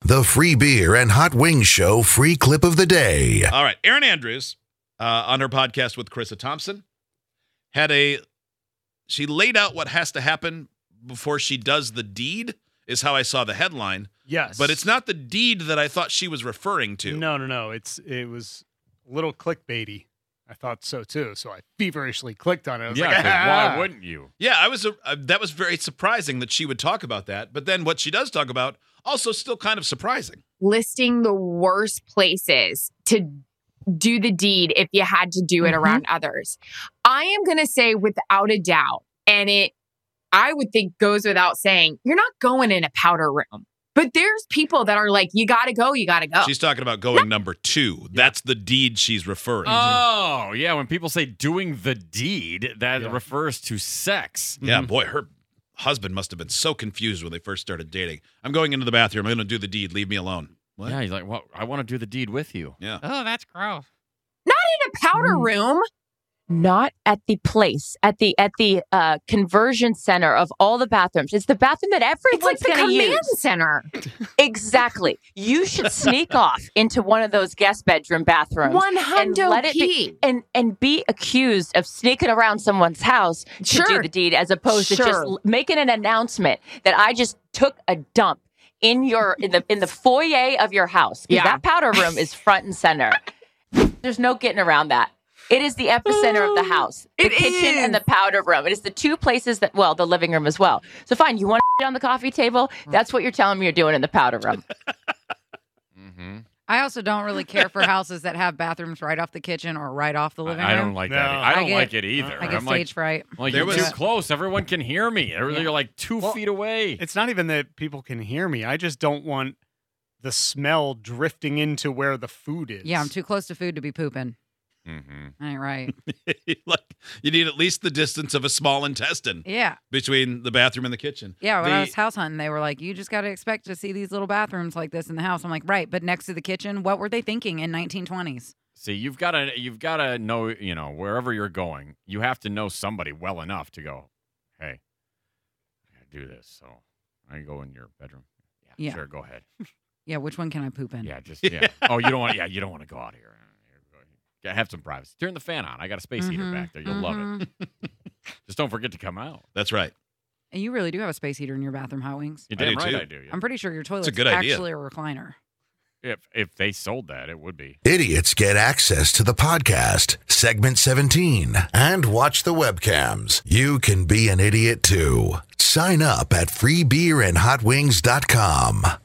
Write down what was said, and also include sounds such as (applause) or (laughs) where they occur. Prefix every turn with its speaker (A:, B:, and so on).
A: The free beer and hot wings show free clip of the day.
B: All right. Erin Andrews uh, on her podcast with Carissa Thompson had a, she laid out what has to happen before she does the deed, is how I saw the headline.
C: Yes.
B: But it's not the deed that I thought she was referring to.
C: No, no, no. It's it was a little clickbaity. I thought so too. So I feverishly clicked on it. I was
D: Yeah,
C: like, (laughs)
D: 'cause
C: "Ah."
D: why wouldn't you?
B: Yeah, I was. Uh, uh, that was very surprising that she would talk about that. But then what she does talk about also still kind of surprising.
E: listing the worst places to do the deed if you had to do it around others. I am going to say without a doubt, and it, I would think goes without saying, you're not going in a powder room. But there's people that are like, you got to go, you got to
C: Oh.
E: go.
B: She's talking about going number two. That's the deed she's referring.
C: Uh,
B: to.
D: Oh, yeah. When people say doing the deed, that
C: Yeah.
D: refers to sex.
B: Yeah, boy, her husband must have been so confused when they first started dating. I'm going into the bathroom. I'm going to do the deed. Leave me alone. What?
D: Yeah, he's like, well, I want to do the deed with you.
B: Yeah.
D: Oh, that's gross.
E: in a powder
F: Mm.
E: room,
F: not at the place at the at the uh, conversion center of all the bathrooms. It's the bathroom that
E: it's like
F: everyone's
E: the
F: going
E: command
F: to use.
E: center.
F: Exactly. You should
E: (laughs)
F: sneak off into one of those guest bedroom bathrooms.
E: One
F: and
E: hundo
F: let it
E: key.
F: be and and be accused of sneaking around someone's house to
E: Sure.
F: do the deed as opposed to just
E: Sure.
F: l- making an announcement that I just took a dump in your in the in the foyer of your house. 'Cause
E: Yeah.
F: That powder room is front and center. There's no getting around that. It is the epicenter of the house. The
E: It
F: kitchen and
E: is.
F: the powder room. It is the two places that well, the living room as well. So fine, you want to (laughs) on the coffee table?
E: Mm.
F: That's what you're telling me you're doing in the powder room.
D: Mm-hmm.
G: I also don't
D: (laughs)
G: really care for houses that have bathrooms right off the kitchen or right off the living
D: I, I
G: room.
D: don't like
C: No.
D: that. e, I don't
G: I get-
D: like it either.
G: I get
D: I'm like,
G: stage fright.
D: like
B: There
D: you're
B: was-
D: too close. Everyone can hear me. They're,
G: Yeah.
D: you're like two
C: Well,
D: feet away.
C: It's not even that people can hear me. I just don't want the smell drifting into where the food is.
G: Yeah, I'm too close to food to be pooping.
D: Mm-hmm.
G: All right, right.
B: (laughs) like you need at least the distance of a small intestine
G: Yeah.
B: between the bathroom and the kitchen.
G: Yeah. When I
B: The-
G: was house hunting, they were like, you just got to expect to see these little bathrooms like this in the house. I'm like, right. But next to the kitchen, what were they thinking in 1920s?
D: See, you've got to you've got to know, you know, wherever you're going, you have to know somebody well enough to go, "Hey, I got to do this." So, I go in your bedroom. Yeah,
G: Yeah.
D: sure, go ahead.
G: Yeah. Which one can I poop in?
D: Yeah, just yeah. oh, you don't want yeah, you don't want to go out here. Here, go- yeah, Have some privacy. Turn the fan on. I got a space heater
G: Mhm,
D: back there. You'll love it. (laughs) Just don't forget to come out.
B: That's right.
G: And you really do have a space heater in your bathroom hot wings.
D: You're
B: I do
D: damn right
B: too.
D: I do. Yeah.
G: I'm pretty sure your toilet's
B: good idea.
G: actually a recliner.
D: If if they sold that, it would be.
A: Idiots get access to the podcast, segment 17, and watch the webcams. You can be an idiot too. Sign up at freebeerandhotwings.com.